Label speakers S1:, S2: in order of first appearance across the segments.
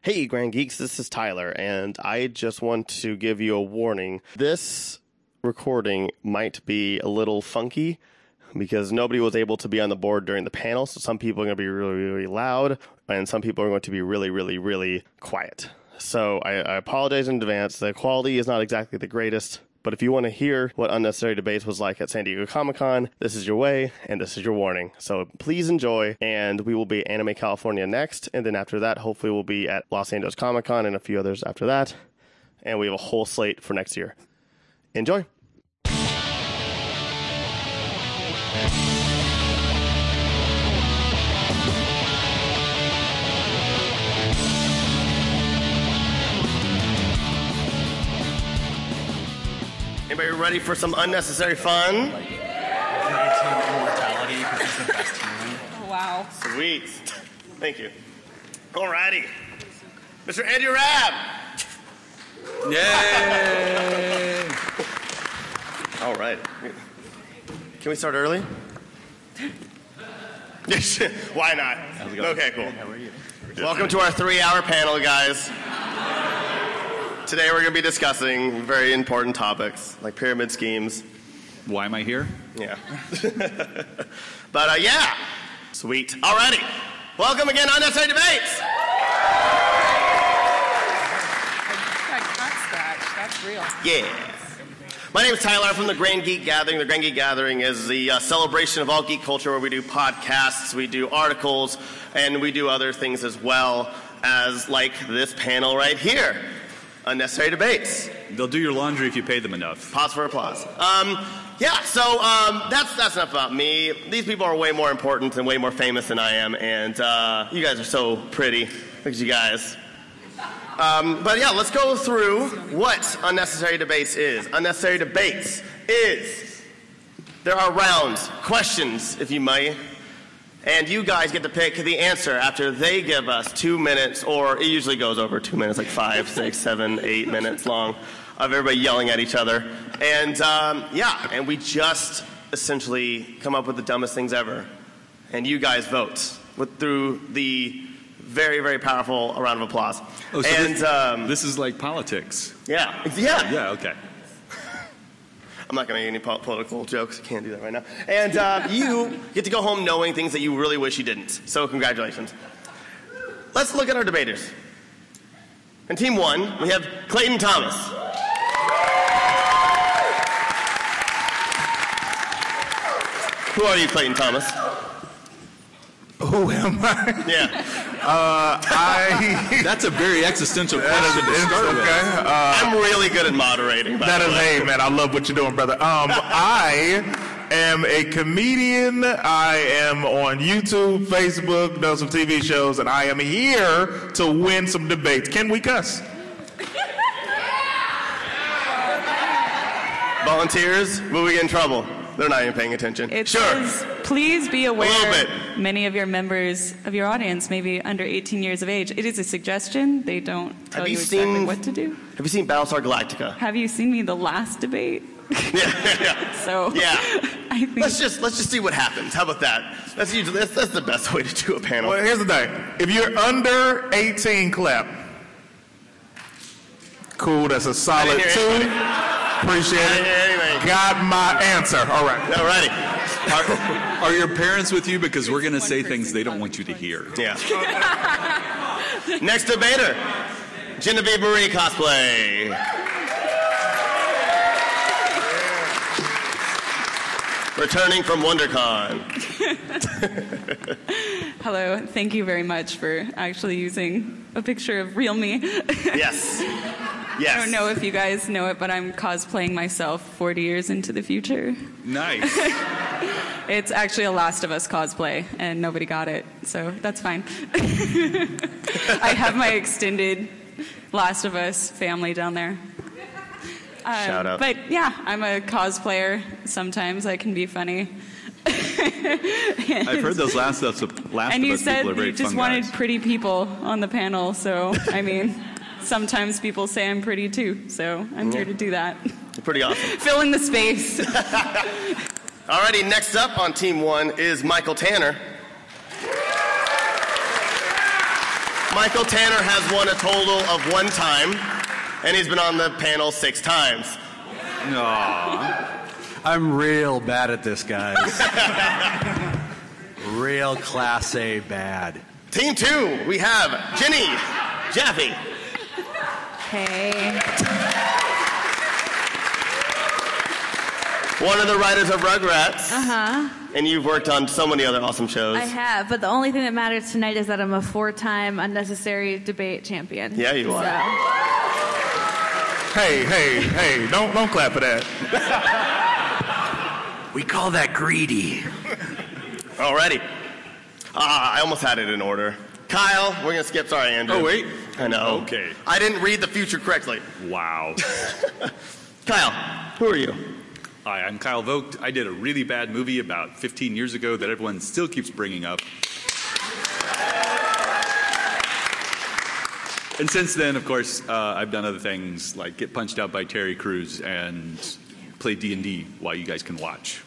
S1: Hey, Grand Geeks, this is Tyler, and I just want to give you a warning. This recording might be a little funky because nobody was able to be on the board during the panel, so some people are going to be really, really loud, and some people are going to be really, really, really quiet. So I, I apologize in advance. The quality is not exactly the greatest, but if you want to hear what Unnecessary Debates was like at San Diego Comic Con, this is your way and this is your warning. So please enjoy. And we will be Anime California next. And then after that, hopefully, we'll be at Los Angeles Comic Con and a few others after that. And we have a whole slate for next year. Enjoy. Anybody ready for some unnecessary fun?
S2: immortality because he's the best human.
S3: Wow.
S1: Sweet. Thank you. Alrighty. Mr. Andy Rab.
S2: Yay!
S1: All right. Can we start early? Yes. Why not? Okay, cool. Welcome to our three hour panel, guys. Today we're going to be discussing very important topics like pyramid schemes.
S2: Why am I here?
S1: Yeah. but uh, yeah. Sweet. Alrighty. Welcome again, Unnecessary Debates.
S3: Like cat scratch. That's real.
S1: Yeah. My name is Tyler. I'm from the Grand Geek Gathering. The Grand Geek Gathering is the uh, celebration of all geek culture where we do podcasts, we do articles, and we do other things as well as like this panel right here. Unnecessary debates.
S2: They'll do your laundry if you pay them enough.
S1: Pause for applause. Um, yeah, so um, that's that's enough about me. These people are way more important and way more famous than I am, and uh, you guys are so pretty. Look at you guys. Um, but yeah, let's go through what unnecessary debates is. Unnecessary debates is there are rounds, questions, if you may, and you guys get to pick the answer after they give us two minutes, or it usually goes over two minutes, like five, six, seven, eight minutes long, of everybody yelling at each other. And um, yeah, and we just essentially come up with the dumbest things ever. And you guys vote with, through the very, very powerful round of applause. and
S2: this,
S1: um,
S2: this is like politics.
S1: yeah, yeah,
S2: Yeah, okay.
S1: I'm not going to make any po- political jokes. I can't do that right now. And uh, you get to go home knowing things that you really wish you didn't. So, congratulations. Let's look at our debaters. In team one, we have Clayton Thomas. Who are you, Clayton Thomas?
S4: Who am I?
S1: Yeah. Uh,
S4: I.
S2: That's a very existential
S4: That's
S2: question to start with.
S4: okay. Uh,
S1: I'm really good at moderating. By
S4: not
S1: the
S4: a
S1: way.
S4: name, man. I love what you're doing, brother. Um, I am a comedian. I am on YouTube, Facebook, done some TV shows, and I am here to win some debates. Can we cuss?
S1: Volunteers, will we get in trouble? They're not even paying attention.
S5: It
S1: sure.
S5: says, please be
S1: little
S5: aware
S1: bit.
S5: many of your members of your audience may be under 18 years of age. It is a suggestion. They don't tell
S1: Have
S5: you
S1: you
S5: exactly
S1: seen-
S5: what to do.
S1: Have you seen Battlestar Galactica?
S5: Have you seen me the last debate?
S1: yeah, yeah.
S5: So
S1: Yeah.
S5: I think
S1: Let's just let's just see what happens. How about that? That's usually that's, that's the best way to do a panel.
S4: Well, here's the thing. If you're under 18, clap. Cool. That's a solid
S1: hear
S4: two.
S1: anybody.
S4: Appreciate
S1: I didn't
S4: it.
S1: hear anything.
S4: Got my answer. All right.
S1: Alrighty. Our-
S2: Are your parents with you? Because we're going to say things they don't want you to hear.
S1: yeah. Next debater, Genevieve Marie cosplay. Returning from WonderCon.
S5: hello. Thank you very much for actually using a picture of real me.
S1: Yes.
S5: I
S1: Yes.
S5: don't know if you guys know it, but I'm cosplaying myself 40 years into the future.
S2: Nice.
S5: It's actually a Last of Us cosplay, and nobody got it, so that's fine. I have my extended Last of Us family down there. Um,
S1: Shout out.
S5: But yeah, I'm a cosplayer. Sometimes I can be funny.
S2: I've heard those last of us. Last
S5: and
S2: of
S5: you
S2: us
S5: said
S2: people are
S5: you
S2: very
S5: just
S2: fun
S5: wanted
S2: guys.
S5: pretty people on the panel, so I mean, sometimes people say I'm pretty too, so I'm here to do that.
S1: Pretty awesome.
S5: Fill in the space.
S1: Alrighty, next up on team one is Michael Tanner. Michael Tanner has won a total of one time, and he's been on the panel six times.
S6: I'm real bad at this, guys. real class A bad.
S1: Team two, we have Jenny Jaffe.
S7: Hey.
S1: One of the writers of Rugrats. And you've worked on so many other awesome shows.
S8: I have, but the only thing that matters tonight is that I'm a four-time unnecessary debate champion.
S1: Yeah, you are.
S8: So,
S9: Hey, hey, hey, don't, don't clap for that.
S6: We call that greedy.
S1: Alrighty. Ah, I almost had it in order. Kyle, we're gonna skip. Sorry, Andrew.
S2: Oh, wait.
S1: I know.
S2: Okay.
S1: I didn't read the future correctly.
S2: Wow.
S1: Kyle, who are you?
S2: Hi, I'm Kyle Vogt. I did a really bad movie about 15 years ago that everyone still keeps bringing up. And since then, of course, uh, I've done other things like get punched out by Terry Crews and play D&D while you guys can watch.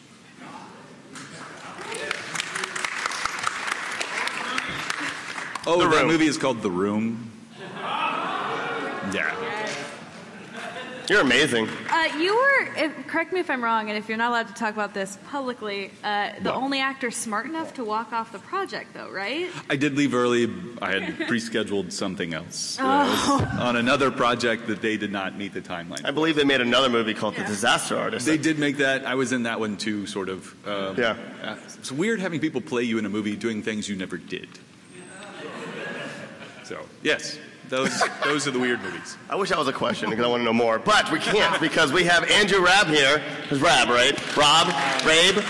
S2: Oh, that
S1: Room.
S2: movie is called The Room. Yeah.
S1: You're amazing.
S8: uh, you were. If, correct me if I'm wrong, and if you're not allowed to talk about this publicly, uh, the only actor smart enough to walk off the project, though, right?
S2: I did leave early. I had pre-scheduled something else uh, on another project that they did not meet the
S1: I
S2: timeline.
S1: believe they made another movie called The Disaster Artist.
S2: They did make that. I was in that one too, sort of. Um,
S1: Yeah.
S2: uh, it's weird having people play you in a movie doing things you never did. So yes, those those are the weird movies.
S1: I wish that was a question because I want to know more, but we can't because we have Andrew Rab here. It's Rab, right? Rob, Rabe,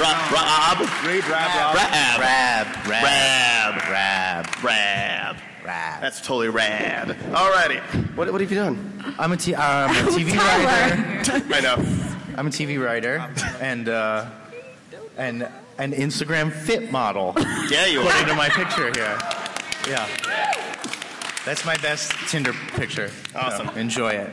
S1: Ra- Rob,
S6: Great rap.
S1: Rab,
S4: Rab,
S1: Rab,
S4: Rab,
S1: Rab.
S4: Rab.
S1: That's totally rad. Alrighty, what, what have you done?
S4: I'm a, t- I'm a TV writer.
S1: I know.
S4: I'm a TV writer and uh, and an Instagram fit model.
S1: Yeah, you
S4: According
S1: are.
S4: to my picture here. Yeah. That's my best Tinder picture.
S1: Awesome.
S4: So, enjoy it.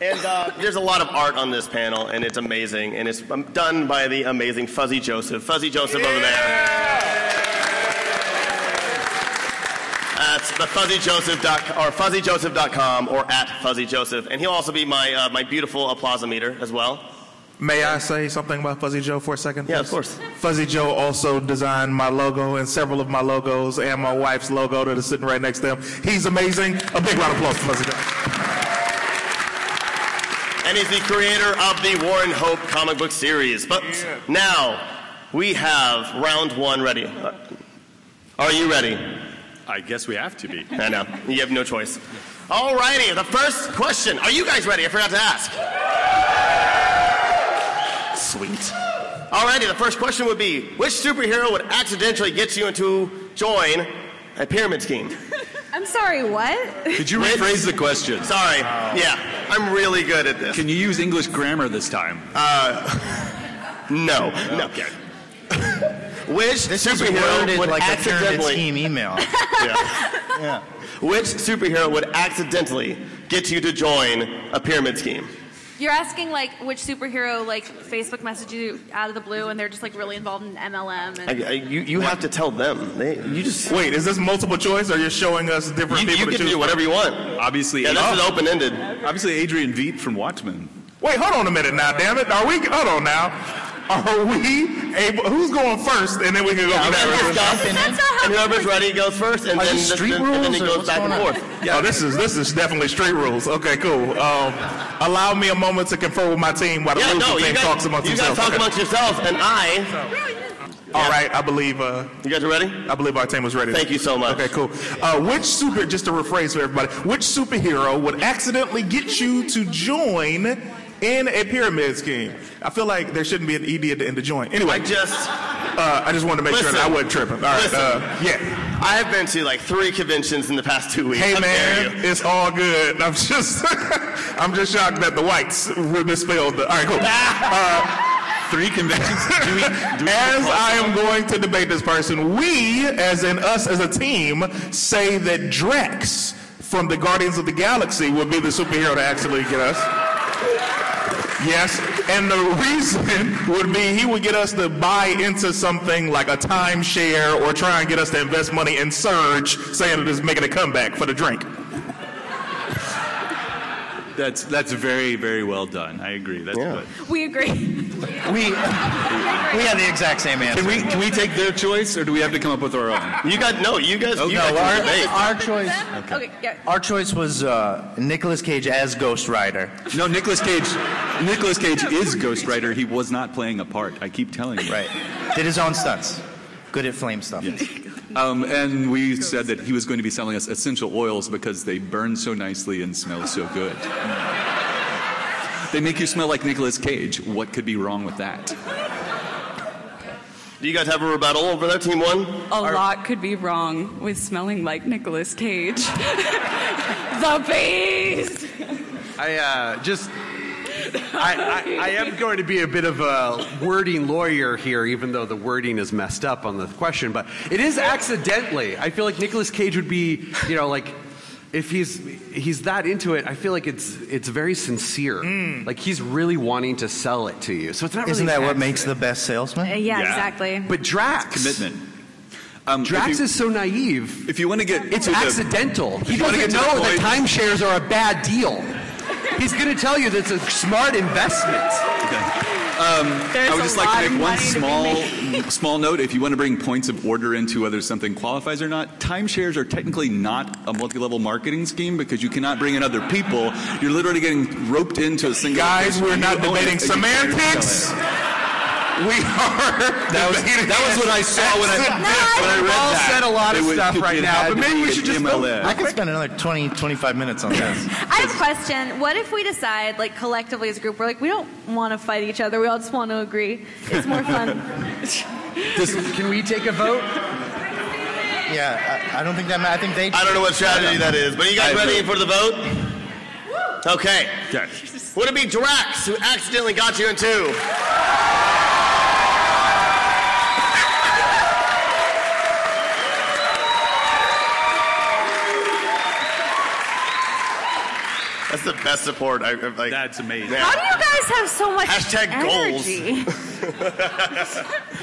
S1: And uh, there's a lot of art on this panel, and it's amazing, and it's um, done by the amazing Fuzzy Joseph. Fuzzy Joseph over there. That's the fuzzyjoseph doc, or fuzzyjoseph.com or at fuzzyjoseph, and he'll also be my uh, my beautiful applausometer as well.
S9: May I say something about Fuzzy Joe for a second?
S1: Yeah, of
S9: please?
S1: course.
S9: Fuzzy Joe also designed my logo and several of my logos and my wife's logo that is sitting right next to him. He's amazing. A big round of applause for Fuzzy Joe.
S1: and he's the creator of the Warren Hope comic book series. But now we have round one ready. Uh, Are you ready?
S2: I guess we have to be.
S1: I know. You have no choice. Alrighty, the first question. Are you guys ready? I forgot to ask. Sweet. Alrighty, the first question would be which superhero would accidentally get you into join a pyramid scheme?
S8: I'm sorry. What?
S2: Could you rephrase the question?
S1: Sorry. Yeah. I'm really good at this.
S2: Can you use English grammar this time?
S1: Uh, No. No.
S2: Okay.
S1: Which
S4: This is
S1: superhero
S4: worded
S1: would
S4: like a pyramid
S1: accidentally
S4: scheme email. yeah.
S1: Which superhero would accidentally get you to join a pyramid scheme?
S8: You're asking like which superhero like Facebook messages you out of the blue, and they're just like really involved in MLM. And
S1: I, I, you you have to tell them. They, you just you,
S9: Wait, is this multiple choice or you're showing us different people
S1: you
S9: to
S1: can
S9: choose
S1: do whatever you want.
S2: Obviously,
S1: Yeah, this is
S2: oh,
S1: open ended.
S2: obviously Adrian Veidt from Watchmen.
S9: Wait, hold on a minute now, damn it. Are we, hold on now. Are we able, who's going first and then we can go from there.
S8: That's not how
S1: And whoever's ready goes first, and
S4: Are
S1: then
S4: these
S1: the-
S4: street
S1: then- and then it
S4: rules or
S1: goes
S4: what's
S1: back and
S4: going on?
S1: forth.
S9: Yeah, Oh, this is this is definitely street rules. Okay, cool. Um, allow me a moment to confer with my team while the
S1: Yeah,
S9: losing
S1: no,
S9: team
S1: you guys,
S9: talks amongst
S1: you guys
S9: themselves.
S1: talk
S9: Okay.
S1: amongst yourselves, and I.
S9: All right, I believe uh,
S1: You guys are ready?
S9: I believe our team was ready.
S1: Thank you so much.
S9: Okay, cool. Uh, which super? Just to rephrase for everybody, which superhero would accidentally get you to join in a pyramid scheme? I feel like there shouldn't be an ed at the end of join.
S1: I
S9: Anyway,
S1: just.
S9: uh, I just wanted to make sure that I
S1: Listen.
S9: wasn't tripping. All right,
S1: Listen.
S9: uh, yeah.
S1: I have been to like three conventions in the past two weeks.
S9: Hey
S1: How dare
S9: man,
S1: you.
S9: it's all good. I'm just, I'm just shocked that the whites misspelled. The, all right, cool.
S2: Three conventions. Do we, do we
S9: As I am going to debate this person, we, as in us as a team, say that Drax from the Guardians of the Galaxy would be the superhero to actually get us. Yes, and the reason would be he would get us to buy into something like a timeshare or try and get us to invest money in Surge, saying that it's making a comeback for the drink.
S2: That's that's very very well done. I agree. That's
S1: Yeah.
S2: good.
S5: We agree.
S4: We, we had the exact same answer.
S2: Can we can we take their choice or do we have to come up with our own?
S1: You guys, no, you guys, you
S4: no,
S1: guys can debate.
S4: our, our choice.
S8: Okay. yeah.
S4: Our choice was uh, Nicolas Cage as Ghost Rider.
S2: No, Nicolas Cage. Nicolas Cage is Ghost Rider. He was not playing a part. I keep telling you.
S4: Right. Did his own stunts. Good at flame stuff.
S2: Um, and we said that he was going to be selling us essential oils because they burn so nicely and smell so good. They make you smell like Nicolas Cage. What could be wrong with that?
S1: Do you guys have a rebuttal over there, Team One?
S5: A lot could be wrong with smelling like Nicolas Cage. the beast.
S10: I uh, just. I, I, I am going to be a bit of a wording lawyer here, even though the wording is messed up on the question. But it is accidentally. I feel like Nicolas Cage would be, you know, like if he's he's that into it. I feel like it's it's very sincere.
S2: Mm.
S10: Like he's really wanting to sell it to you. So it's not.
S4: Isn't
S10: really
S4: that
S10: an
S4: what makes the
S10: accident.
S4: best salesman?
S8: yeah, exactly.
S10: But Drax
S2: Commitment. Um,
S10: Drax
S2: if you,
S10: is so naive.
S2: if you want to get
S10: It's
S2: to the-
S10: accidental. He
S2: you wanna
S10: doesn't
S2: get to the
S10: know that
S2: point-
S10: timeshares are a bad deal. He's going to tell you that's a smart investment.
S5: There's
S2: I would
S5: a
S2: just
S5: lot
S2: like to
S5: of
S2: make one
S5: money to be
S2: small small note. If you want to bring points of order into whether something qualifies or not, timeshares are technically not a multi-level marketing scheme because you cannot bring in other people. You're literally getting roped into a single.
S9: Guys, we're not
S2: You own it,
S9: debating
S2: and you better sell
S9: semantics.
S2: it.
S9: We are.
S2: That was,
S9: debating
S2: that was what I saw when I, when I read
S10: We've all
S2: that.
S10: said a lot of
S2: It would-
S10: stuff
S2: could be
S10: right
S2: an
S10: now, but
S2: advocate,
S10: maybe we should just
S2: MLM.
S4: I could spend another 20, 25 minutes on this.
S8: I have a question. What if we decide, like collectively as a group, we're like, we don't want to fight each other. We all just want to agree. It's more fun.
S10: Can we take a vote?
S4: yeah, I, I don't think that. ma- I think they.
S1: I don't know what strategy that is, but you guys
S2: I
S1: ready
S2: vote.
S1: for the vote? Okay.
S2: Okay.
S1: Would it be Drax who accidentally got you in two? That's the best support. I, I- like,
S2: That's amazing.
S1: Yeah.
S8: How do you guys have so much
S1: Hashtag goals.
S8: energy?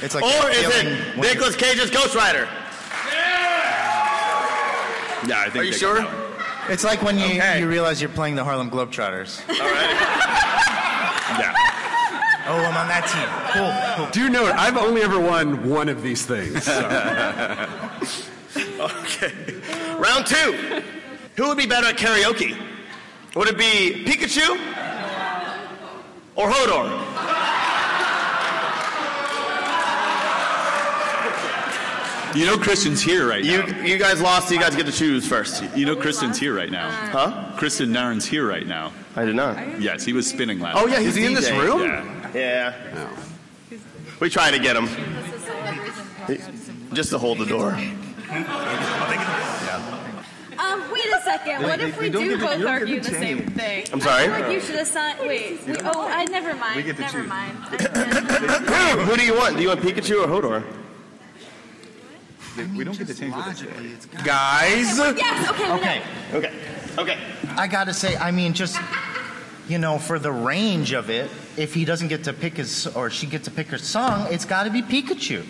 S4: It's like
S1: Or is
S4: yelling
S1: it
S4: when
S1: Nicolas Cage's Ghost Rider?
S2: Yeah, I think
S1: Are you
S2: they got
S1: sure?
S2: that one.
S4: you- It's like when you,
S1: Okay.
S4: you realize you're playing the Harlem Globetrotters.
S1: All right.
S2: Yeah.
S4: Oh, I'm on that team. Cool. cool.
S10: Do note, I've only ever won one of these things.
S1: Round two. Who would be better at karaoke? Would it be Pikachu or Hodor?
S2: You know Kristen's here right
S1: You,
S2: now.
S1: you guys lost, so you guys get to choose first.
S2: You know Kristen's here right now.
S9: Uh,
S1: Huh?
S2: Kristen Naren's here right now.
S1: I did not.
S2: Yes, he was spinning last.
S10: Oh, yeah, is he in this
S1: DJ.
S10: room?
S2: Yeah.
S1: Yeah. We try to get him. Just to hold the door.
S8: Um, wait a second. What if we do both argue the same thing?
S1: I'm
S8: Like
S1: sorry.
S8: you should assign. Wait. we- oh, I never mind. never mind.
S1: Who do you want? Do you want Pikachu or Hodor?
S2: We don't get to change it.
S9: Guys,
S8: yes. Okay. We
S4: Okay.
S8: know.
S1: Okay. Okay.
S4: I gotta say, I mean, just you know, for the range of it, if he doesn't get to pick his or she gets to pick her song, it's got to be Pikachu.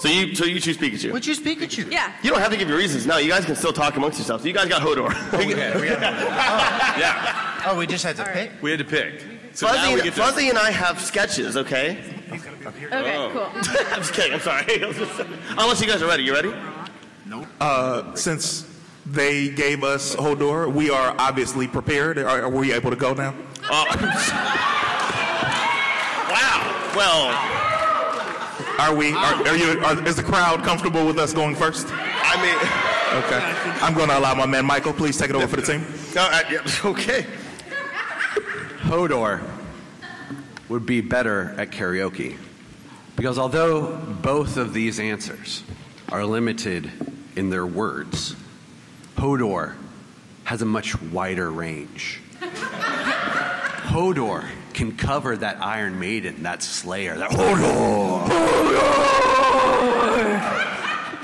S1: So you so you choose Pikachu.
S4: Which is Pikachu.
S8: Yeah.
S1: You don't have to give your reasons. No, you guys can still talk amongst yourselves. You guys got Hodor.
S2: Yeah.
S4: Oh, we just had to pick.
S2: We had to pick. So now we
S1: Fuzzy,
S2: get to.
S1: Fuzzy and I have sketches, okay?
S8: Okay.
S1: Oh,
S8: Cool.
S1: I'm just kidding. I'm sorry. Unless you guys are ready. You ready?
S9: Uh, since they gave us Hodor, we are obviously prepared. Are, are we able to go now?
S1: Oh. wow. Well,
S9: Are we? Are, are you? Are, is the crowd comfortable with us going first?
S1: I mean.
S9: Okay. I'm going to allow my man Michael. Please take it over for the team.
S1: No, I, yeah, okay.
S10: Hodor would be better at karaoke. Because although both of these answers are limited in their words, Hodor has a much wider range. Hodor can cover that Iron Maiden, that Slayer, that Hodor.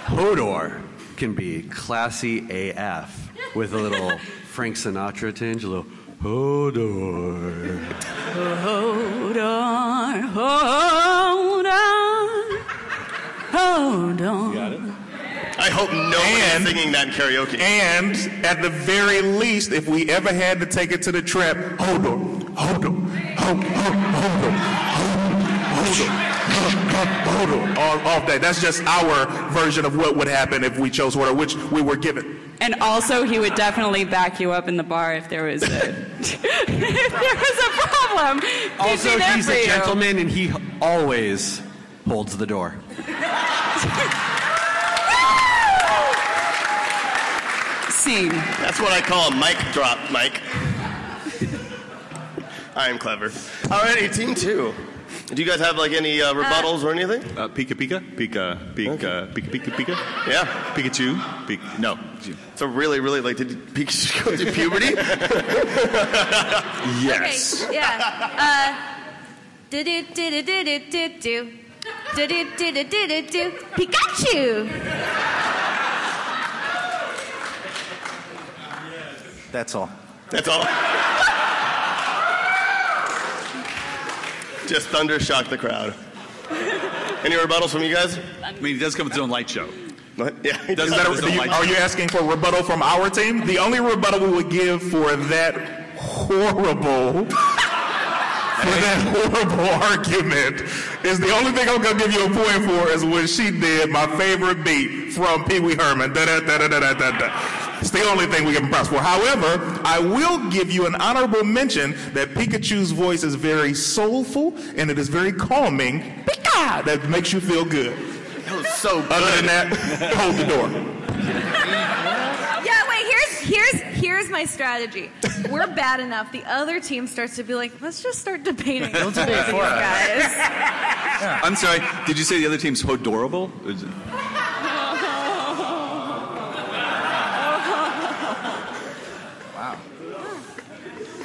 S10: Hodor can be classy AF with a little Frank Sinatra tinge, a little Hodor.
S5: Hold on, hold on, hold on.
S1: Got it? I hope no
S9: And-
S1: one is singing that in karaoke.
S9: And at the very least, if we ever had to take it to the trap, hold on, hold on, hold on, hold on, hold on. Hold on, all, all day. That's just our version of what would happen if we chose order, which we were given.
S5: And also, he would definitely back you up in the bar if there was a, if there was a problem. He'd be
S10: Also,
S5: there
S10: he's
S5: for
S10: a
S5: you.
S10: gentleman and he always holds the door.
S5: Scene.
S1: That's what I call a mic drop, Mike. I am clever. Alrighty, team two. Do you guys have like any uh, rebuttals or anything?
S2: Uh, Pika Pika? Pika Pika Pika Pika Pika?
S1: Yeah.
S2: Pikachu? Pika, no. Pikachu.
S1: It's a really, really like did Pikachu go through puberty?
S2: Yes.
S8: Okay, yeah. Uh, Did it, did it, did it, did do. Did it, did it, did it, do. Pikachu!
S4: That's all.
S1: That's all. Just thunder shock the crowd. Any rebuttals from you guys?
S2: I mean, he does come with his own light show.
S1: What? Yeah. he does.
S2: Does
S9: Is that a-
S2: There's
S9: do
S2: no
S9: you-
S2: light.
S9: are you asking for rebuttal from our team? The only rebuttal we would give for that horrible, for that horrible argument is the only thing I'm gonna give you a point for is when she did my favorite beat from Pee Wee Herman. Da da da da da da da. It's the only thing we can press for. However, I will give you an honorable mention that Pikachu's voice is very soulful and it is very calming. Pika! That makes you feel good.
S1: That was so good.
S9: Other than that, hold the door.
S8: Yeah, wait, here's, here's, here's my strategy. We're bad enough. The other team starts to be like, let's just start debating. We'll
S4: debate for us.
S8: guys.
S2: I'm sorry. Did you say the other team's Hodorable? Is it-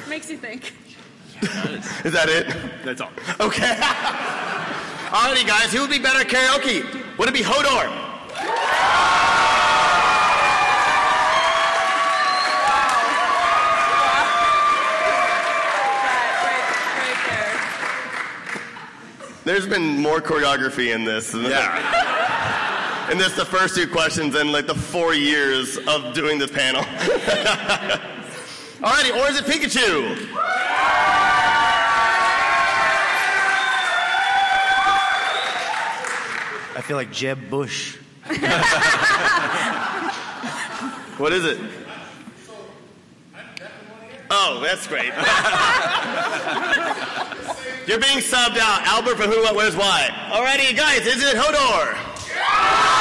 S5: Makes you think.
S1: Is that it?
S2: That's all.
S1: Okay. Alrighty, guys. Who would be better at karaoke? Would it be Hodor?
S5: That,
S1: There's been more choreography in this. Than yeah. In this, the first two questions and like the four years of doing this panel. Alrighty, or is it Pikachu?
S4: I feel like Jeb Bush.
S1: What is it? Oh, that's great. You're being subbed out. Albert from Who, What, Where's, Why. Alrighty, guys, is it Hodor?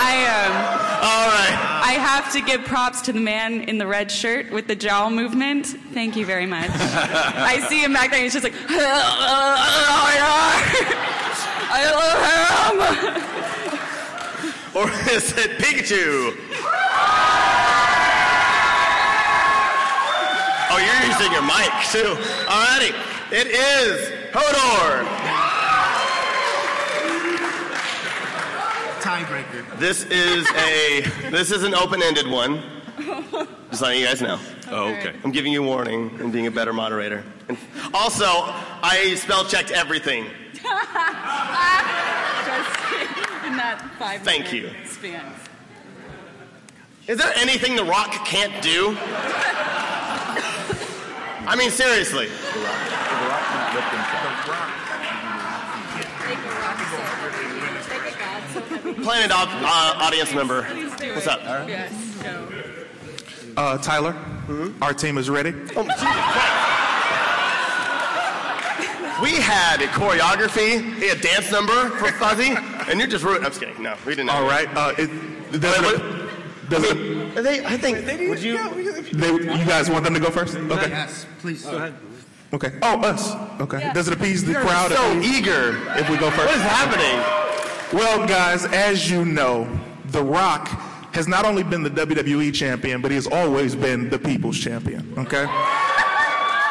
S5: I, um,
S1: Alright.
S5: I have to give props to the man in the red shirt with the jowl movement. Thank you very much. I see him back there, and he's just like, I love him.
S1: Or is it Pikachu? oh, you're using your mic too. Alrighty. It is Hodor.
S4: Tiebreaker.
S1: This is a this is an open-ended one. Just letting you guys know.
S2: Oh, okay.
S1: I'm giving you warning and being a better moderator. And also, I spell checked everything.
S5: Just in that five
S1: Thank you.
S5: span.
S1: Is there anything The Rock can't do? I mean, seriously. Planet op- uh, audience member. What's up?
S5: Yes, go.
S9: Uh, Tyler,
S1: Hmm?
S9: our team is ready.
S1: Oh, Jesus Christ. we had a choreography, a dance number for Fuzzy, and you're just ruining. I'm just kidding. No, we didn't.
S9: All
S1: have-
S9: right. Uh, it, does
S1: Wait,
S9: it, does it,
S1: Are they, I think. would you?
S9: they, you guys want them to go first? Okay.
S4: Yes, please.
S9: Okay. Oh, us. Okay. Does it appease the crowd?
S1: so
S9: if we-
S1: eager.
S9: If we go
S1: What
S9: first.
S1: is happening?
S9: Well, guys, as you know, The Rock
S4: has not only been the WWE champion, but he has always been the people's champion, okay?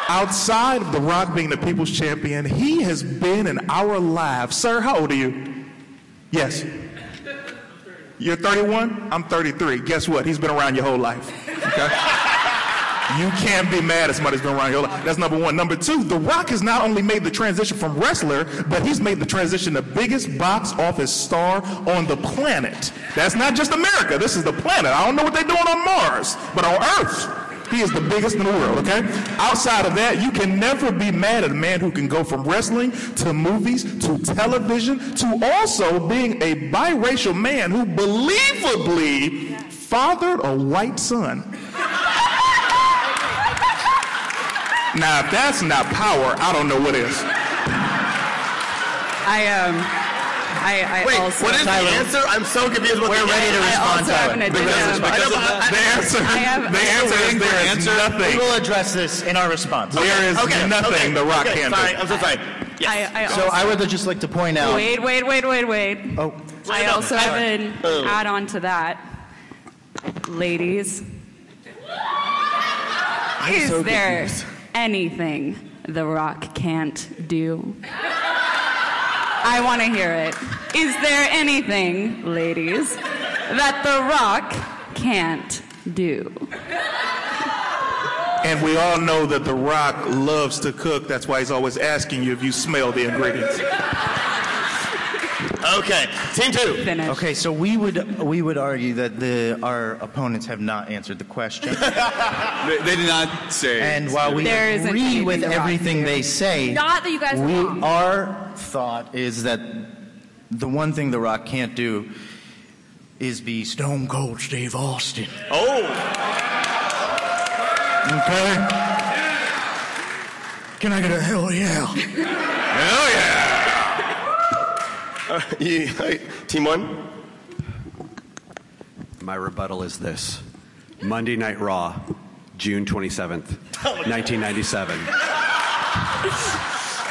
S4: Outside of The Rock being the people's champion, he has been in our lives. Sir, how old are you? Yes. You're 31? I'm 33. Guess what? He's been around your whole life. Okay? You can't be mad at somebody who's been around your whole life. That's number one. Number two, The Rock has not only made the transition from wrestler, but he's made the transition to biggest box office star on the planet. That's not just America. This is the planet. I don't know what they're doing on Mars, but on Earth. He is the biggest in the world, okay? Outside of that, you can never be mad at a man who can go from wrestling to movies to television to also being a biracial man who believably fathered a white son. Now, if that's not power, I don't know what is.
S5: I um, I, I
S1: Wait,
S5: also.
S1: what is the answer? I'm so confused. What
S9: We're
S1: the
S9: ready to
S1: answer-
S5: I
S9: respond
S5: also
S9: to
S5: have
S9: it.
S5: an
S9: Because
S5: agenda.
S1: I know, but I-
S4: The answer,
S5: I have-
S4: the
S5: I have
S4: answer is there is
S9: Answer-
S4: nothing.
S9: We will address this in our response.
S4: There is
S1: okay,
S4: nothing
S1: okay,
S4: the rock
S1: okay,
S4: can
S1: Sorry,
S4: do.
S1: I'm so sorry. Yes.
S5: I, I also,
S9: So I would just like to point out.
S5: wait, wait, wait, wait, wait.
S9: Oh,
S5: I
S1: no,
S5: also
S1: I-
S5: have an
S1: Oh.
S5: add on to that. Ladies, is
S1: so
S5: there anything The Rock can't do? I want to hear it. Is there anything, ladies, that The Rock can't do?
S4: And we all know that The Rock loves to cook. That's why he's always asking you if you smell the ingredients.
S1: Okay, team two.
S5: Finish.
S9: okay. So we would we would argue that the our opponents have not answered the question,
S2: They, they did not say.
S9: and while we
S5: There isn't
S9: agree with
S5: anything wrong
S9: everything they say,
S8: Not that you guys are
S9: we
S8: wrong.
S9: our thought is that the one thing The Rock can't do is be Stone Cold Steve Austin.
S1: Oh,
S9: Okay. Can I get a hell yeah?
S4: Hell yeah!
S1: Uh, you- team one.
S10: My rebuttal is this Monday Night Raw, June 27th, 1997.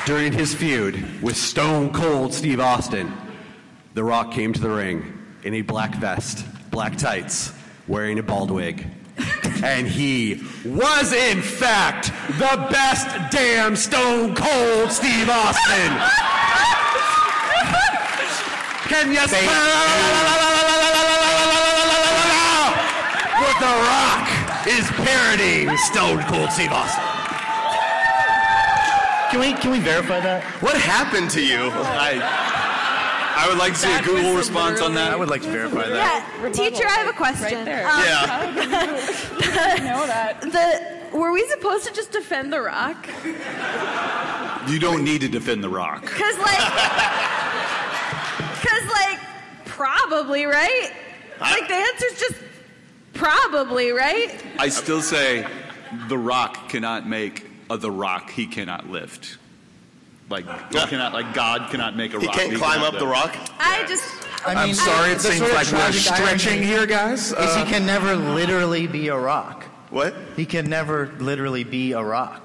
S10: During his feud with Stone Cold Steve Austin, The Rock came to the ring in a black vest, black tights, wearing a bald wig. and he was, in fact, the best damn Stone Cold Steve Austin. Can you What The Rock is parodying Stone Cold Steve Austin.
S9: Can we can we verify that?
S1: What happened to you?
S2: I, I would like to see a
S3: That
S2: Google
S3: was
S2: response on that.
S9: I would like to verify that.
S8: Yeah, teacher, I have a question.
S3: Right there.
S8: Um,
S1: Yeah.
S3: know that.
S8: The were we supposed to just defend The Rock?
S2: You don't need to defend The Rock.
S8: Cause like, cause like, probably right. Like the answer's just probably right.
S2: I still say The Rock cannot make a The Rock he cannot lift. Like, he cannot, like God cannot make a
S1: He
S2: rock.
S1: can't climb
S2: cannot
S1: up the
S2: lift.
S1: rock.
S8: I just
S9: I
S4: I'm sorry, it
S9: the
S4: seems
S9: sort of
S4: like we're
S9: tragic irony
S4: stretching here, guys.
S9: Is he
S4: Uh,
S9: can never literally be a rock.
S1: What?
S9: He can never literally be a rock.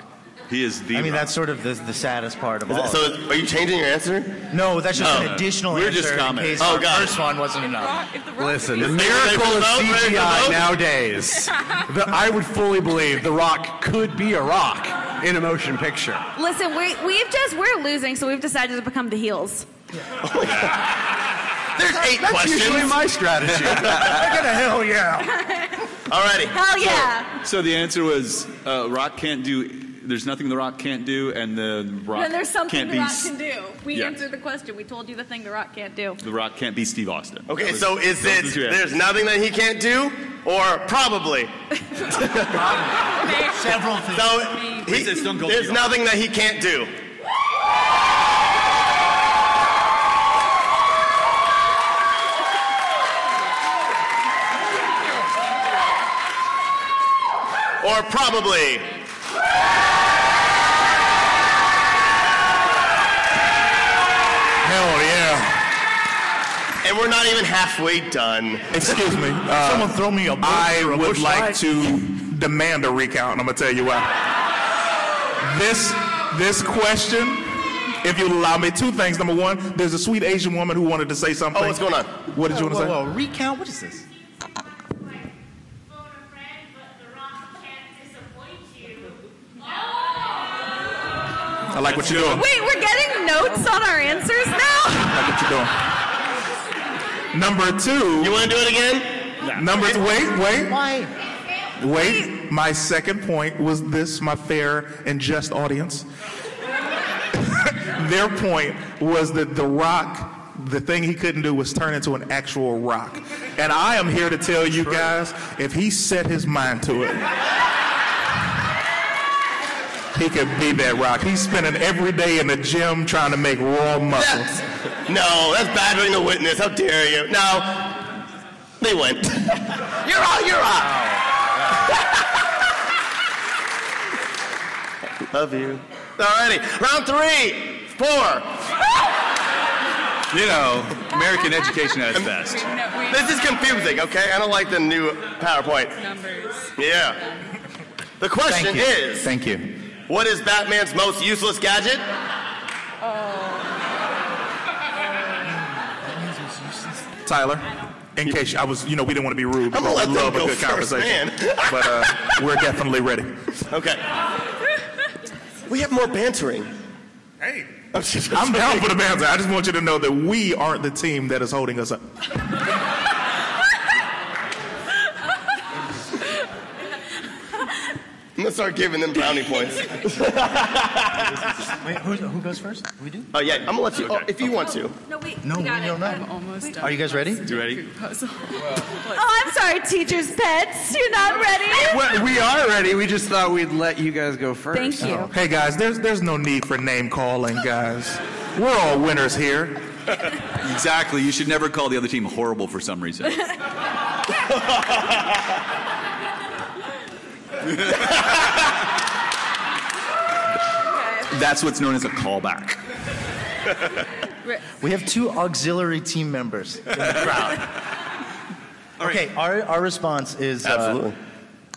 S2: He is the
S9: I mean,
S2: rock.
S9: that's sort of the, the saddest part of
S1: Is
S9: all.
S1: that,
S9: of
S1: so, are you changing your answer?
S9: it. no, that's just
S1: No.
S9: an additional
S2: We're
S9: answer
S2: just commenting.
S9: in case
S1: Oh,
S9: our
S1: God.
S9: first one wasn't enough.
S3: Rock- if the rock
S10: Listen, the
S1: Is there a
S10: miracle of
S1: vote? Ready for
S10: CGI
S1: vote?
S10: nowadays. The- I would fully believe The Rock could be a rock in a motion picture.
S8: listen. We we've just we're losing, so we've decided to become the heels.
S1: There's eight
S10: That's
S1: questions.
S10: usually my strategy.
S9: I got a hell yeah.
S1: Alrighty.
S8: Hell yeah!
S2: So the answer was uh, Rock can't do. There's nothing the Rock can't do, and the Rock
S8: then there's
S2: can't
S8: something The
S2: be
S8: Rock
S2: s-
S8: can do. We
S2: Yeah.
S8: answered the question. We told you the thing The Rock can't do.
S2: The Rock can't be Steve Austin. That
S1: Okay,
S2: was-
S1: so is
S2: those are the
S1: it
S2: two answers.
S1: there's nothing that he can't do, or probably?
S9: Several things.
S1: So
S2: He said Stone Cold
S1: there's
S2: Steve
S1: nothing that he can't do. Or probably.
S4: hell yeah.
S1: And we're not even halfway done.
S4: Excuse me. Uh,
S9: Someone throw me a
S4: I
S9: bush or a
S4: would
S9: bush
S4: like
S9: light.
S4: to demand a recount, and I'm going to tell you why. This, this question, if you'll allow me, two things. Number one, there's a sweet Asian woman who wanted to say something.
S1: Oh, what's going on?
S4: What did you
S9: Whoa,
S4: want to say?
S9: whoa, whoa. Recount? What is this?
S4: I like what you're doing.
S8: Wait, we're getting notes on our answers now?
S4: I like what you're doing. Number two.
S1: You want to do it again?
S4: Number two. Wait, wait,
S9: Why?
S4: wait. My second point was this, my fair and just audience. Their point was that The Rock, the thing he couldn't do was turn into an actual rock. And I am here to tell you guys if he set his mind to it, he could be that rock. He's spending every day in the gym trying to make raw muscles.
S1: No, that's badgering the witness. How dare you? No, they went. you're out, you're out. Love you. Alrighty, round three, four.
S2: You know, American education at its best.
S3: No, we
S1: This is confusing, okay? I don't like the new PowerPoint.
S3: numbers.
S1: Yeah. The question
S9: Thank you.
S1: is
S9: Thank you.
S1: what is Batman's most useless gadget?
S4: Tyler, in case I was, you know, we didn't want to be rude.
S1: I'm gonna let
S4: we love
S1: them go
S4: a good
S1: first,
S4: conversation,
S1: man.
S4: but uh, we're definitely ready.
S1: Okay. We have more bantering.
S4: Hey,
S1: I'm just-
S4: I'm down for the banter. I just want you to know that we aren't the team that is holding us up.
S1: I'm gonna start giving them brownie points.
S9: Wait, who, who goes first? We do?
S1: Oh yeah, I'm gonna let you. Oh, if you want to.
S8: No, wait.
S9: No,
S8: we
S9: we
S8: got
S9: don't
S8: it.
S9: know.
S5: Almost done.
S9: Are you guys ready?
S2: You ready?
S5: Puzzle.
S8: Oh, I'm sorry, teacher's pets. You're not ready.
S10: Well, we are ready. We just thought we'd let you guys go first.
S8: Thank you.
S4: Hey guys, there's there's no need for name calling, guys. We're all winners here.
S2: Exactly. You should never call the other team horrible for some reason. That's what's known as a callback.
S9: We have two auxiliary team members in the crowd. Okay, our, our response is uh,
S1: Absolutely.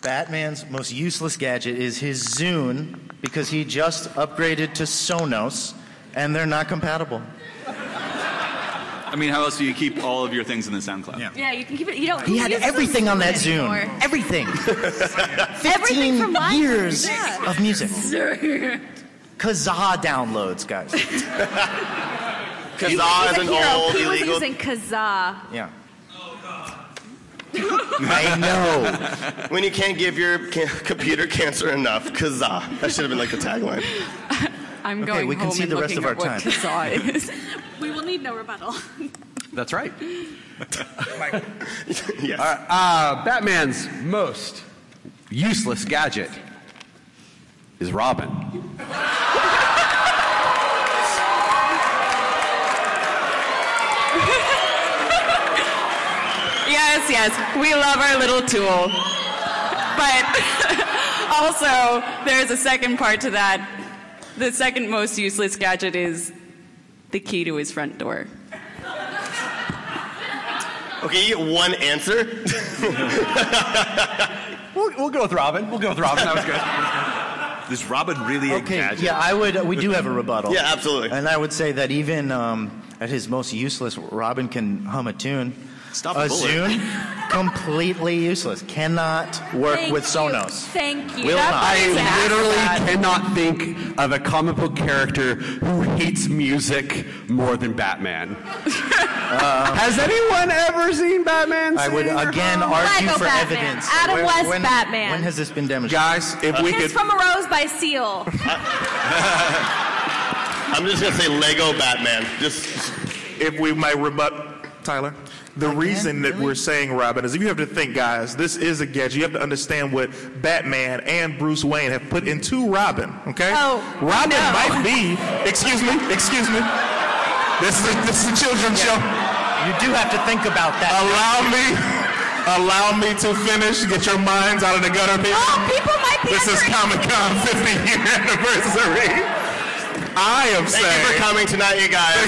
S9: Batman's most useless gadget is his Zune because he just upgraded to Sonos and they're not compatible.
S2: I mean, how else do you keep all of your things in the SoundCloud?
S9: Yeah.
S8: Yeah, you can keep it. You don't.
S9: He
S8: who
S9: had
S8: uses
S9: everything on that Zune.
S8: anymore?
S9: Everything. 15
S8: Everything from libraries,
S9: years
S8: yeah.
S9: of music. Kazaa downloads, guys.
S1: Because
S8: He's
S1: I
S8: a
S1: is an
S8: hero.
S1: old
S8: he was
S1: illegal.
S8: using Kazaa.
S9: Yeah. I know.
S1: When you can't give your ca- computer cancer enough, kazaa. That should have been like the tagline.
S5: I'm
S9: Okay,
S5: going
S9: we can
S5: home
S9: see
S5: and
S9: the rest
S5: looking at
S9: of our
S5: what
S9: time.
S5: Kazaa is.
S8: We will need no rebuttal.
S10: That's right.
S1: yes.
S10: All right, uh, Batman's most useless gadget is Robin.
S5: Yes, yes. We love our little tool. But also, there's a second part to that. The second most useless gadget is the key to his front door.
S1: Okay, you get one answer.
S10: We'll, we'll go with Robin. We'll go with Robin. That was good.
S2: Is Robin really a
S9: Okay,
S2: gadget?
S9: yeah, I would. We do have a rebuttal.
S1: Yeah, absolutely.
S9: And I would say that even um, at his most useless, Robin can hum a tune.
S2: Stop
S9: a
S2: a bullet.
S9: Zune, completely useless. Cannot work
S8: Thank
S9: with
S8: you.
S9: Sonos.
S8: Thank you.
S9: Will not.
S10: I
S5: That's bad.
S10: literally cannot think of a comic book character who hates music more than Batman. Uh, Has anyone ever seen Batman?
S9: I would
S10: sing or
S9: again
S10: hum?
S9: argue
S8: Lego
S9: for
S8: Batman.
S9: evidence.
S8: Adam
S9: Where-
S8: West
S9: when-
S8: Batman.
S9: When has this been demonstrated?
S4: Guys, if we
S8: Kiss
S4: could
S8: from a Rose by Seal.
S1: I'm just gonna say Lego Batman. Just
S4: if we might rebut Tyler. The reason that we're saying Robin is if you have to think, guys, this is a gadget. You have to understand what Batman and Bruce Wayne have put into Robin, okay?
S8: Oh,
S4: Robin
S8: no.
S4: might be, excuse me, excuse me. This is a, this is a children's show.
S9: You do have to think about that.
S4: Allow me, allow me to finish. Get your minds out of the gutter, people.
S8: Oh, people might be.
S4: This is
S8: under-
S4: Comic Con 50 year anniversary. I am
S1: thank you for
S4: saying
S1: coming tonight, you guys.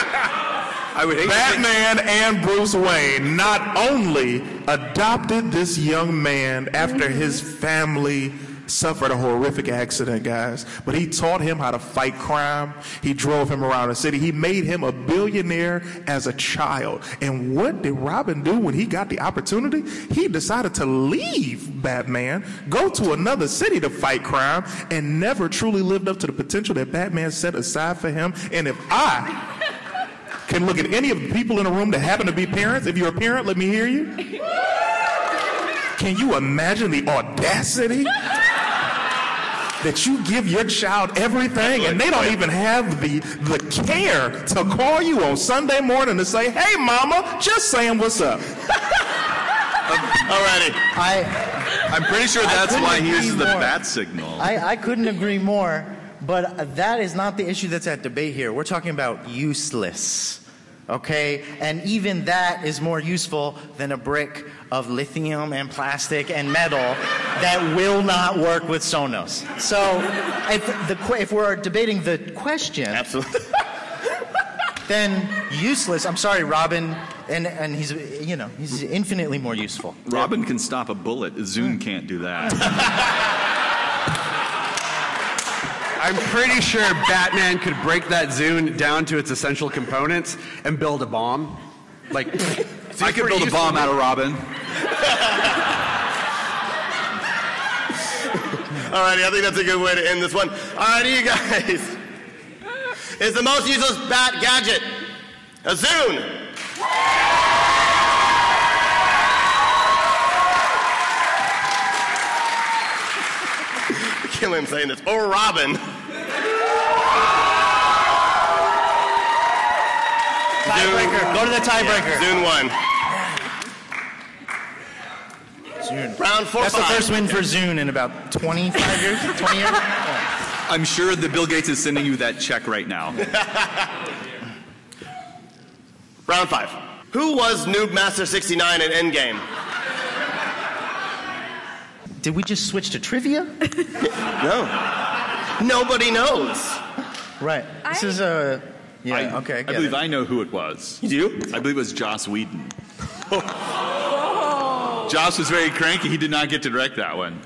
S2: I would hate
S4: Batman and Bruce Wayne not only adopted this young man after his family suffered a horrific accident, guys. But he taught him how to fight crime. He drove him around the city. He made him a billionaire as a child. And what did Robin do when he got the opportunity? He decided to leave Batman, go to another city to fight crime, and never truly lived up to the potential that Batman set aside for him. And if I can look at any of the people in the room that happen to be parents, if you're a parent, let me hear you. Can you imagine the audacity that you give your child everything and they don't even have the, the care to call you on Sunday morning to say, hey, mama, just saying what's up?
S1: Alrighty.
S9: I,
S2: I'm pretty sure
S9: I
S2: that's
S9: couldn't
S2: why he
S9: agree
S2: uses the
S9: more.
S2: bat signal.
S9: I, I couldn't agree more, but that is not the issue that's at debate here. We're talking about useless, okay? And even that is more useful than a brick of lithium and plastic and metal that will not work with Sonos. So if, the, que- if we're debating the question,
S1: Absolutely.
S9: then useless, I'm sorry, Robin, and, and he's, you know, he's infinitely more useful.
S2: Robin can stop a bullet. Zune can't do that.
S10: I'm pretty sure Batman could break that Zune down to its essential components and build a bomb. Like,
S2: I could build a bomb out of Robin.
S1: Alrighty, I think that's a good way to end this one. Alrighty, you guys. It's the most useless bat gadget. A Zune. I can't believe I'm saying this. Or Robin.
S9: Tiebreaker, go to the tiebreaker.
S1: Zune one. Round four.
S9: That's the
S1: five.
S9: first win for Zune in about 25 years, 20 years.
S2: I'm sure that Bill Gates is sending you that check right now.
S1: Round five. Who was Noob Master 69 in Endgame?
S9: Did we just switch to trivia?
S1: No. Nobody knows.
S9: Right. This
S8: I-
S9: is a. Yeah.
S2: I,
S9: okay.
S2: I
S9: get
S2: believe
S9: it.
S2: I know who it was.
S1: You do?
S2: I believe it was Joss Whedon. Joss was very cranky. He did not get to direct that one.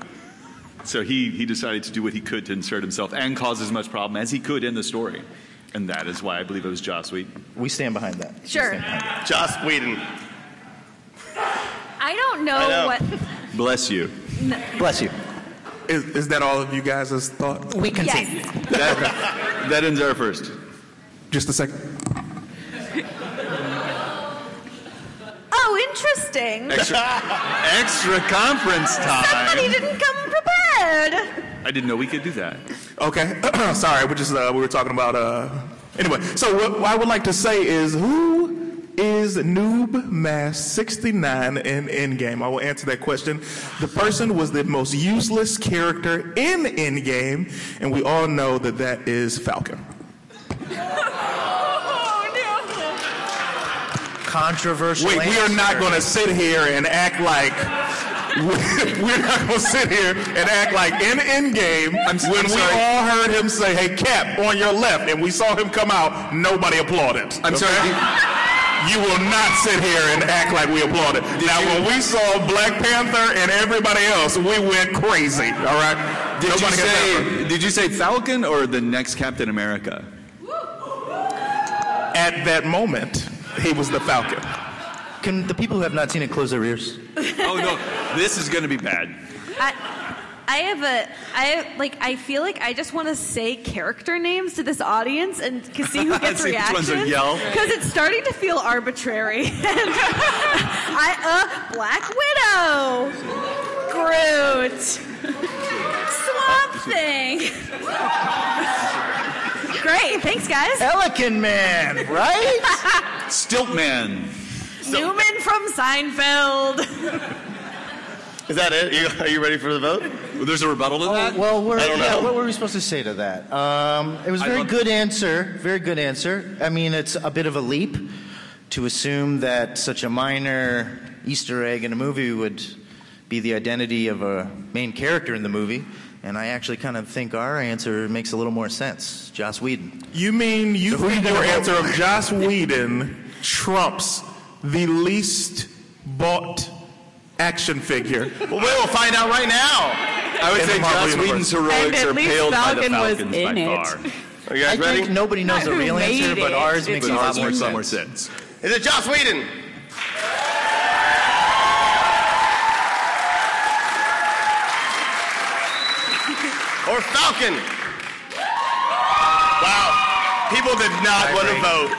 S2: So he, he decided to do what he could to insert himself and cause as much problem as he could in the story. And that is why I believe it was Joss Whedon.
S9: we stand behind that. We
S8: Sure.
S9: stand behind
S1: Joss Whedon.
S8: I don't know,
S1: I know.
S8: what.
S2: Bless you.
S9: that. Bless you.
S4: Is, is that all of you guys' thought?
S9: We concede.
S8: Yes.
S2: That, that ends our first.
S4: Just a second.
S8: Oh, interesting.
S2: Extra, extra conference
S8: Somebody
S2: time.
S8: didn't come prepared.
S2: I didn't know we could do that.
S4: Okay, sorry, we just uh, we were talking about uh. Anyway, so what, what I would like to say is who is Noob Mass 69 in Endgame? I will answer that question. The person was the most useless character in Endgame, and we all know that that is Falcon.
S9: Controversial.
S4: Wait, we are not
S9: answer.
S4: going to sit here and act like. We're not going to sit here and act like in Endgame
S2: I'm s-
S4: when
S2: I'm
S4: we
S2: sorry.
S4: all heard him say, "Hey, Cap, on your left," and we saw him come out. Nobody applauded.
S2: I'm sorry,
S4: okay? You will not sit here and act like we applauded. Now, when we saw Black Panther and everybody else, we went crazy. All right.
S2: Did you,
S4: Nobody got that one.
S2: say, did you say Falcon or the next Captain America?
S4: at that moment he was the Falcon?
S9: Can the people who have not seen it close their ears?
S2: Oh, no. This is going to be bad.
S8: I, I have a, I like, I feel like I just want to say character names to this audience and c- see who gets
S2: See which ones
S8: reactions.
S2: would yell.
S8: Because it's starting to feel arbitrary. And I, uh, Black Widow, Groot, Swamp Thing. Great, thanks guys.
S9: Pelican Man, right?
S2: Stilt Man.
S8: Newman from Seinfeld.
S1: Is that it? You, are you ready for the vote?
S2: There's a rebuttal
S1: Oh,
S2: to that?
S9: Uh, well, we're,
S1: I don't
S9: yeah,
S1: know.
S9: what were we supposed to say to that? Um, it was a
S2: I
S9: very
S2: love-
S9: good answer. Very good answer. I mean, it's a bit of a leap to assume that such a minor Easter egg in a movie would be the identity of a main character in the movie. And I actually kind of think our answer makes a little more sense. Joss Whedon.
S4: You mean you
S9: who
S4: think
S9: you
S4: your
S9: gonna
S4: answer of Joss Whedon trumps the least bought action figure.
S1: Well, we will find out right now.
S2: I would
S4: In the
S2: say
S4: Marvel
S2: Joss Whedon's
S4: universe.
S5: And
S2: heroics
S5: at
S2: are
S5: least
S2: paled by the
S5: Falcon was
S2: Falcons by
S5: in it.
S2: far.
S1: Are you guys
S9: I
S1: ready?
S9: think nobody knows
S5: Not
S9: the
S5: who
S9: real
S5: made
S9: answer, but
S5: it.
S9: ours
S5: It
S9: makes a
S2: But ours
S5: makes
S9: lot more
S2: makes a lot more
S9: sense.
S2: sense.
S1: Is it Joss Whedon? or Falcon? Wow. People did not want to vote.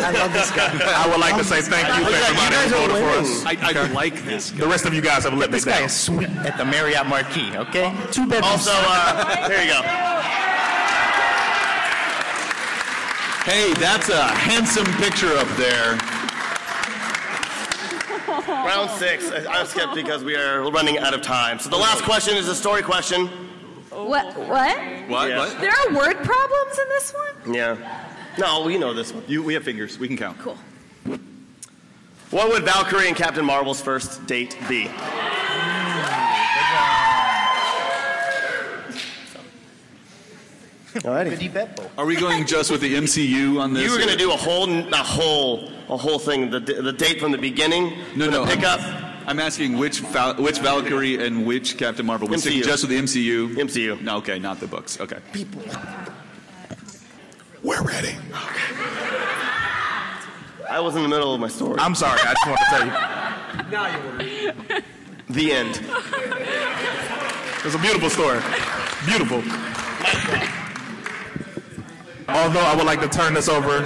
S9: I love this guy.
S4: I would like to say thank you to everybody who voted for us.
S2: I, I like this.
S4: The rest of you guys have let me
S9: This guy
S4: down.
S9: is sweet at the Marriott Marquis, okay? Two bedrooms.
S1: Also, uh, there you go.
S2: Hey, that's a handsome picture up there.
S1: Round six. I- I'm skipped because we are running out of time. So the last question is a story question.
S8: What? What?
S2: What?
S1: Yeah.
S2: What?
S8: There are word problems in this one?
S1: Yeah. No, we know this one.
S2: You, we have fingers. We can count.
S8: Cool.
S1: What would Valkyrie and Captain Marvel's first date be? Alrighty.
S9: Goody Beppo.
S2: Are we going just with the MCU on this?
S1: You were going
S2: or-
S1: to do a whole, a whole, a whole thing. The, the date from the beginning.
S2: no,
S1: from
S2: no.
S1: The pickup.
S2: I'm, I'm asking which Val- which Valkyrie and which Captain Marvel. We're sticking
S1: MCU.
S2: just with the MCU.
S1: MCU.
S2: No, okay, not the books. Okay.
S4: We're ready.
S1: I was in the middle of my story.
S4: I'm sorry. I just want to tell you.
S1: the end.
S4: It's a beautiful story. Beautiful. Although I would like to turn this over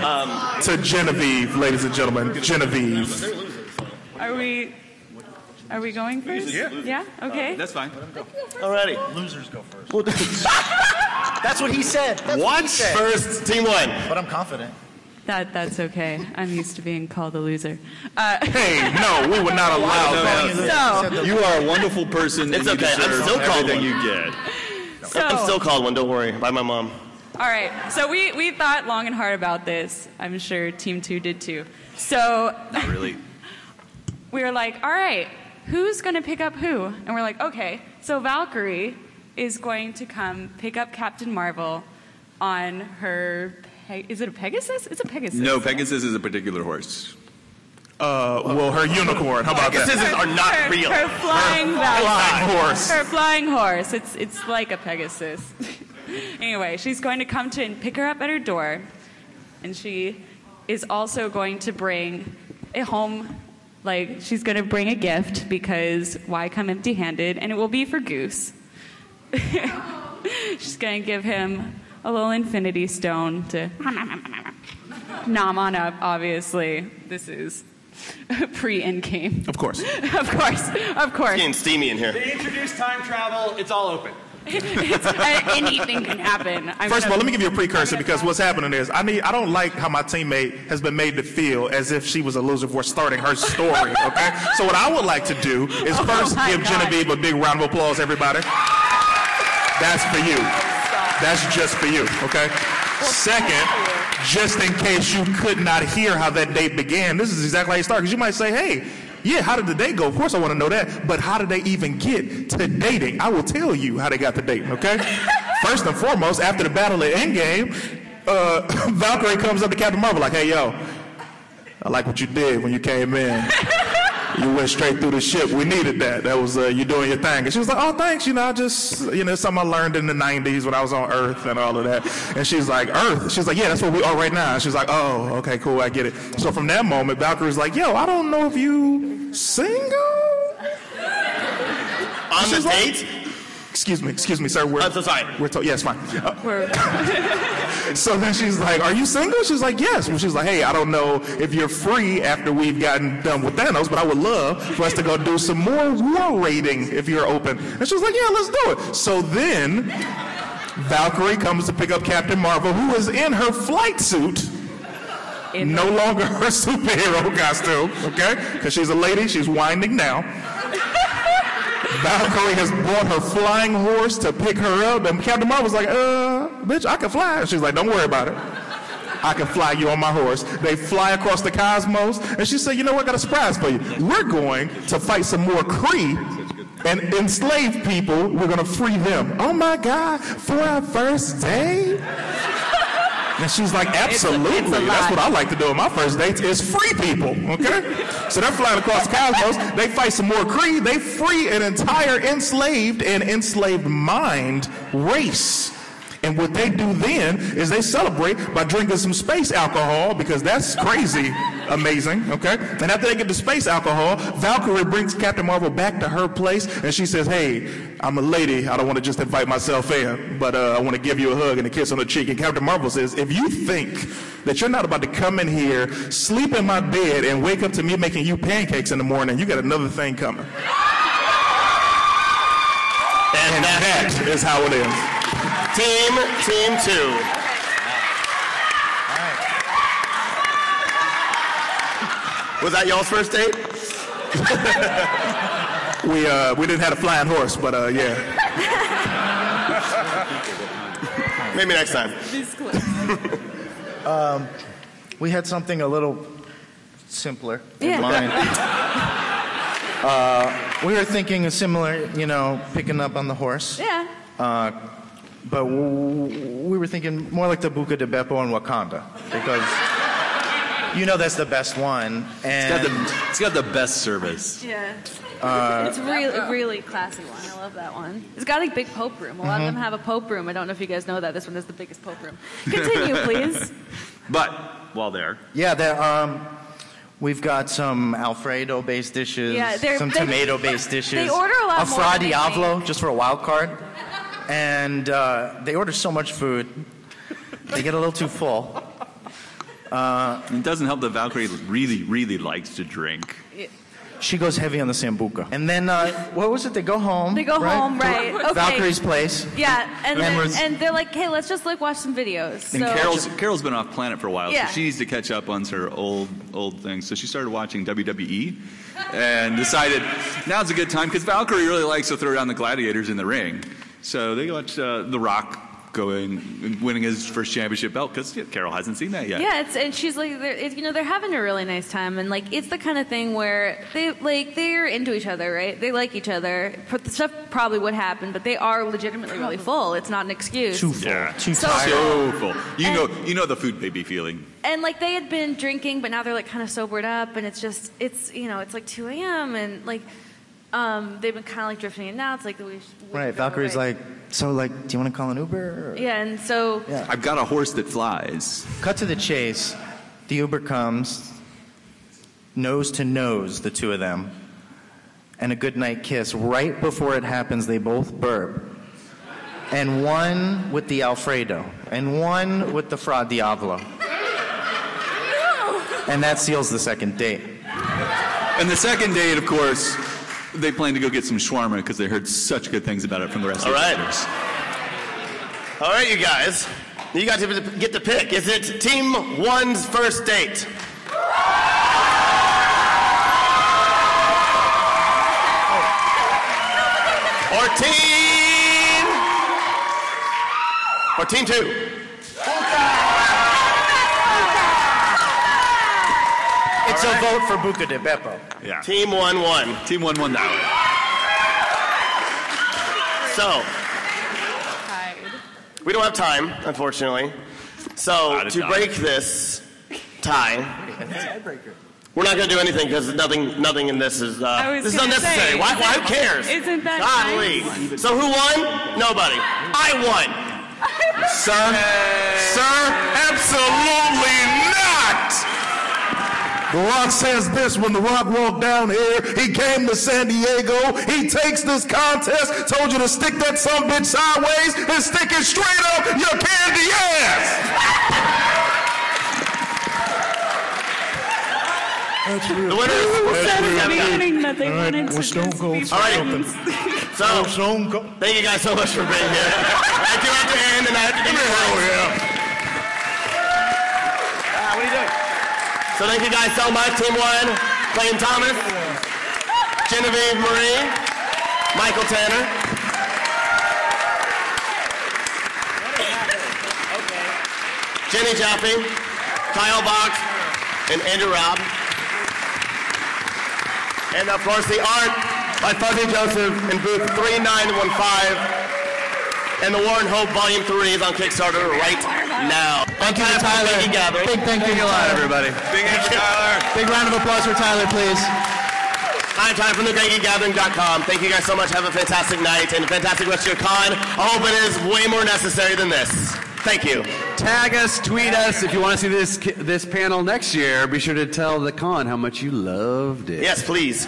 S4: um, to Genevieve, ladies and gentlemen. Genevieve.
S5: Are we? Are we going first? Yeah. Okay.
S2: That's fine.
S1: Alrighty.
S9: Losers go first. That's what he said. That's what? he
S1: Once
S9: said.
S1: first team one.
S9: But I'm confident.
S5: That that's okay. I'm used to being called a loser. Uh,
S4: Hey, no, we would not allow that.
S5: so,
S2: You are a wonderful person.
S1: It's
S2: and you
S1: okay, I'm
S2: deserve
S1: still called
S2: everything
S1: one.
S2: you get.
S5: so
S1: I'm still called one. Don't worry. By my mom.
S5: All right. So we, we thought long and hard about this. I'm sure Team Two did too. So
S2: Not really.
S5: we were like, all right, who's going to pick up who? And we're like, okay, so Valkyrie is going to come pick up Captain Marvel on her. Pe- is it a Pegasus? It's a Pegasus.
S2: No, Pegasus is a particular horse.
S4: Uh, well, her unicorn. How about that?
S1: Pegasus are not
S5: Her-
S1: real.
S5: Her flying Valkyrie.
S4: horse.
S5: Her flying horse. It's, it's like a Pegasus. anyway, she's going to come to and pick her up at her door, and she is also going to bring a home. Like she's going to bring a gift because why come empty-handed? And it will be for Goose. she's going to give him a little infinity stone to nom on up. Obviously, this is pre-end game.
S4: Of course.
S5: Of course, of course.
S1: Getting steamy in here.
S11: They introduced time travel. It's all open.
S5: It's- uh, anything can happen. I'm
S4: First of
S5: gonna-
S4: all, let me give you a precursor because what's happening is I need I don't like how my teammate has been made to feel as if she was a loser for starting her story. Okay, so what I would like to do is
S5: Oh
S4: first
S5: my
S4: give
S5: God.
S4: Genevieve a big round of applause, everybody. That's for you. That's just for you. Okay. Second, just in case you could not hear how that date began, this is exactly how you start because you might say, "Hey." Yeah, how did the date go? Of course, I want to know that. But how did they even get to dating? I will tell you how they got to dating, okay? First and foremost, after the battle at Endgame, uh, Valkyrie comes up to Captain Marvel like, "Hey, yo, I like what you did when you came in. You went straight through the ship. We needed that. That was uh, you doing your thing." And she was like, "Oh, thanks. You know, I just you know something I learned in the '90s when I was on Earth and all of that." And she's like, "Earth?" She's like, "Yeah, that's where we are right now." And she's like, "Oh, okay, cool. I get it." So from that moment, Valkyrie's like, "Yo, I don't know if you single."
S1: On the
S4: She's like-
S1: date.
S4: Excuse me, excuse me, sir. We're,
S1: I'm Uh, so sorry.
S4: We're to- yeah, it's fine. Uh,
S5: We're-
S4: So then she's like, "Are you single?" She's like, "Yes." Well, she's like, "Hey, I don't know if you're free after we've gotten done with Thanos, but I would love for us to go do some more war raiding if you're open." And she's like, "Yeah, let's do it." So then Valkyrie comes to pick up Captain Marvel, who is in her flight suit,
S5: in
S4: no longer her superhero costume, okay? Because she's a lady, she's winding now. Valkyrie has brought her flying horse to pick her up, and Captain Marvel's like, uh, bitch, I can fly. She's like, don't worry about it. I can fly you on my horse. They fly across the cosmos, and she said, you know what, I got a surprise for you. We're going to fight some more Kree and enslave people. We're going to free them. Oh my God, for our first day? And she's like, absolutely. That's what I like to do on my first dates is free people, okay? so they're flying across the cosmos. They fight some more creed. They free an entire enslaved and enslaved mind race. And what they do then is they celebrate by drinking some space alcohol because that's crazy amazing, okay? And after they get the space alcohol, Valkyrie brings Captain Marvel back to her place and she says, Hey, I'm a lady. I don't want to just invite myself in, but uh, I want to give you a hug and a kiss on the cheek. And Captain Marvel says, If you think that you're not about to come in here, sleep in my bed, and wake up to me making you pancakes in the morning, you got another thing coming. and that is how it is.
S1: Team, team two. Was that y'all's first date?
S4: We uh, we didn't have a flying horse, but uh, yeah.
S1: Maybe next time.
S9: We had something a little simpler
S8: Yeah.
S9: in mind. uh, we were thinking a similar, you know, picking up on the horse.
S8: Yeah.
S9: Uh, but w- we were thinking more like the Buca de Beppo and Wakanda because you know that's the best one.
S2: It's got
S9: And
S2: the, it's got the best service.
S8: Yeah.
S2: Uh,
S8: it's really, really classy one. I love that one. It's got a big pope room. A lot
S2: Mm-hmm.
S8: of them have a pope room. I don't know if you guys know that. This one is the biggest pope room. Continue, please.
S2: But while there,
S9: yeah, there, um, we've got some Alfredo-based dishes,
S8: Yeah, they're-
S9: some
S8: they-
S9: tomato-based
S8: they
S9: dishes.
S8: order a lot
S9: A
S8: more
S9: fra
S8: than they
S9: diavolo just for a wild card, and uh, they order so much food, they get a little too full.
S2: it doesn't help that Valkyrie really, really likes to drink.
S9: She goes heavy on the sambuca. And then, uh, what was it? They go home.
S8: They go home, right.
S9: To
S8: Okay.
S9: Valkyrie's place.
S8: Yeah, and
S9: Then
S8: then,
S9: we're-
S8: and they're like, hey, let's just like watch some videos. So
S2: And Carol's Carol's been off planet for a while,
S8: Yeah.
S2: so she needs to catch up on her old old things. So she started watching WWE, and decided now's a good time because Valkyrie really likes to throw down the gladiators in the ring. So they watched uh, The Rock going winning his first championship belt because Carol hasn't seen that yet.
S8: yeah, it's and she's like, they're, it, you know, they're having a really nice time, and like, it's the kind of thing where they like they're into each other, right? They like each other. Pro- The stuff probably would happen, but they are legitimately really full. It's not an excuse.
S9: Too full. Too
S8: So-
S9: tired.
S2: So full. You know, you know the food baby feeling.
S8: and like they had been drinking, but now they're like kind of sobered up, and it's just it's you know it's like 2 a.m. and like um they've been kind of like drifting, and now it's like we. we
S9: Right. Valkyrie's like, so, like, do you want to call an Uber? or-"
S8: Yeah, and so
S2: I've got a horse that flies.
S9: Cut to the chase. The Uber comes, nose to nose, the two of them, and a goodnight kiss. Right before it happens, they both burp. And one with the Alfredo, and one with the Fra Diavolo. And that seals the second date.
S2: And the second date, of course, they plan to go get some shawarma because they heard such good things about it from the rest
S1: All
S2: of the
S1: right.
S2: others.
S1: All right, you guys. You guys get to pick. Is it team one's first date? Or team. Or team two.
S9: It's a vote for Buca de Beppo.
S2: Yeah.
S1: Team one one.
S2: Team one won that one.
S1: So
S3: Hide.
S1: we don't have time, unfortunately. So
S2: Out of
S1: to
S2: time.
S1: break this tie, we're not going to do anything because nothing, nothing in this is.
S5: I
S1: Uh,
S5: was
S1: this is
S5: gonna
S1: unnecessary.
S5: say,
S1: why?
S5: isn't-
S1: Why? Who cares?
S5: isn't that
S1: Golly. So who won? Nobody. I won.
S4: Sir? Sir? Absolutely not! The Rock says this when The Rock walked down here. He came to San Diego. He takes this contest, told you to stick that some bitch sideways and stick it straight up your candy ass!
S1: The winner is.
S5: the beginning that they wanted to
S9: let's don't
S5: just
S9: go
S5: be
S1: All right.
S5: friends.
S1: So thank you guys so much for being here. I do have to end, and I have to do
S11: what are you doing?
S1: So thank you guys so much. Team One, Clayton Thomas, Genevieve Marie, Michael Tanner. Jenny Jaffe, Kyle Box, and Andrew Robb. And of course the art by Fuzzy Joseph in booth 3915. And the Warren Hope Volume 3 is on Kickstarter right now. On to the Tyler. Big
S9: thank you, Tyler.
S1: everybody. Big thank you, Tyler.
S9: Big round of applause for Tyler, please.
S1: I'm Tyler from thegreatgeekgathering.com. Thank you guys so much. Have a fantastic night and a fantastic rest of your con. I hope it is way more necessary than this. Thank you.
S10: Tag us, tweet us. If you want to see this this panel next year, be sure to tell the con how much you loved it.
S1: Yes, please.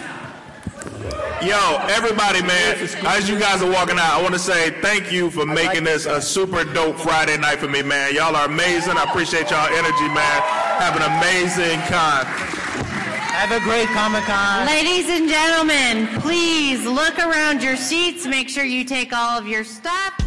S4: Yo, everybody, man. As you guys are walking out, I want to say thank you for making this a super dope Friday night for me, man. Y'all are amazing. I appreciate y'all energy, man. Have an amazing con.
S9: Have a great Comic Con.
S12: Ladies and gentlemen, please look around your seats. Make sure you take all of your stuff.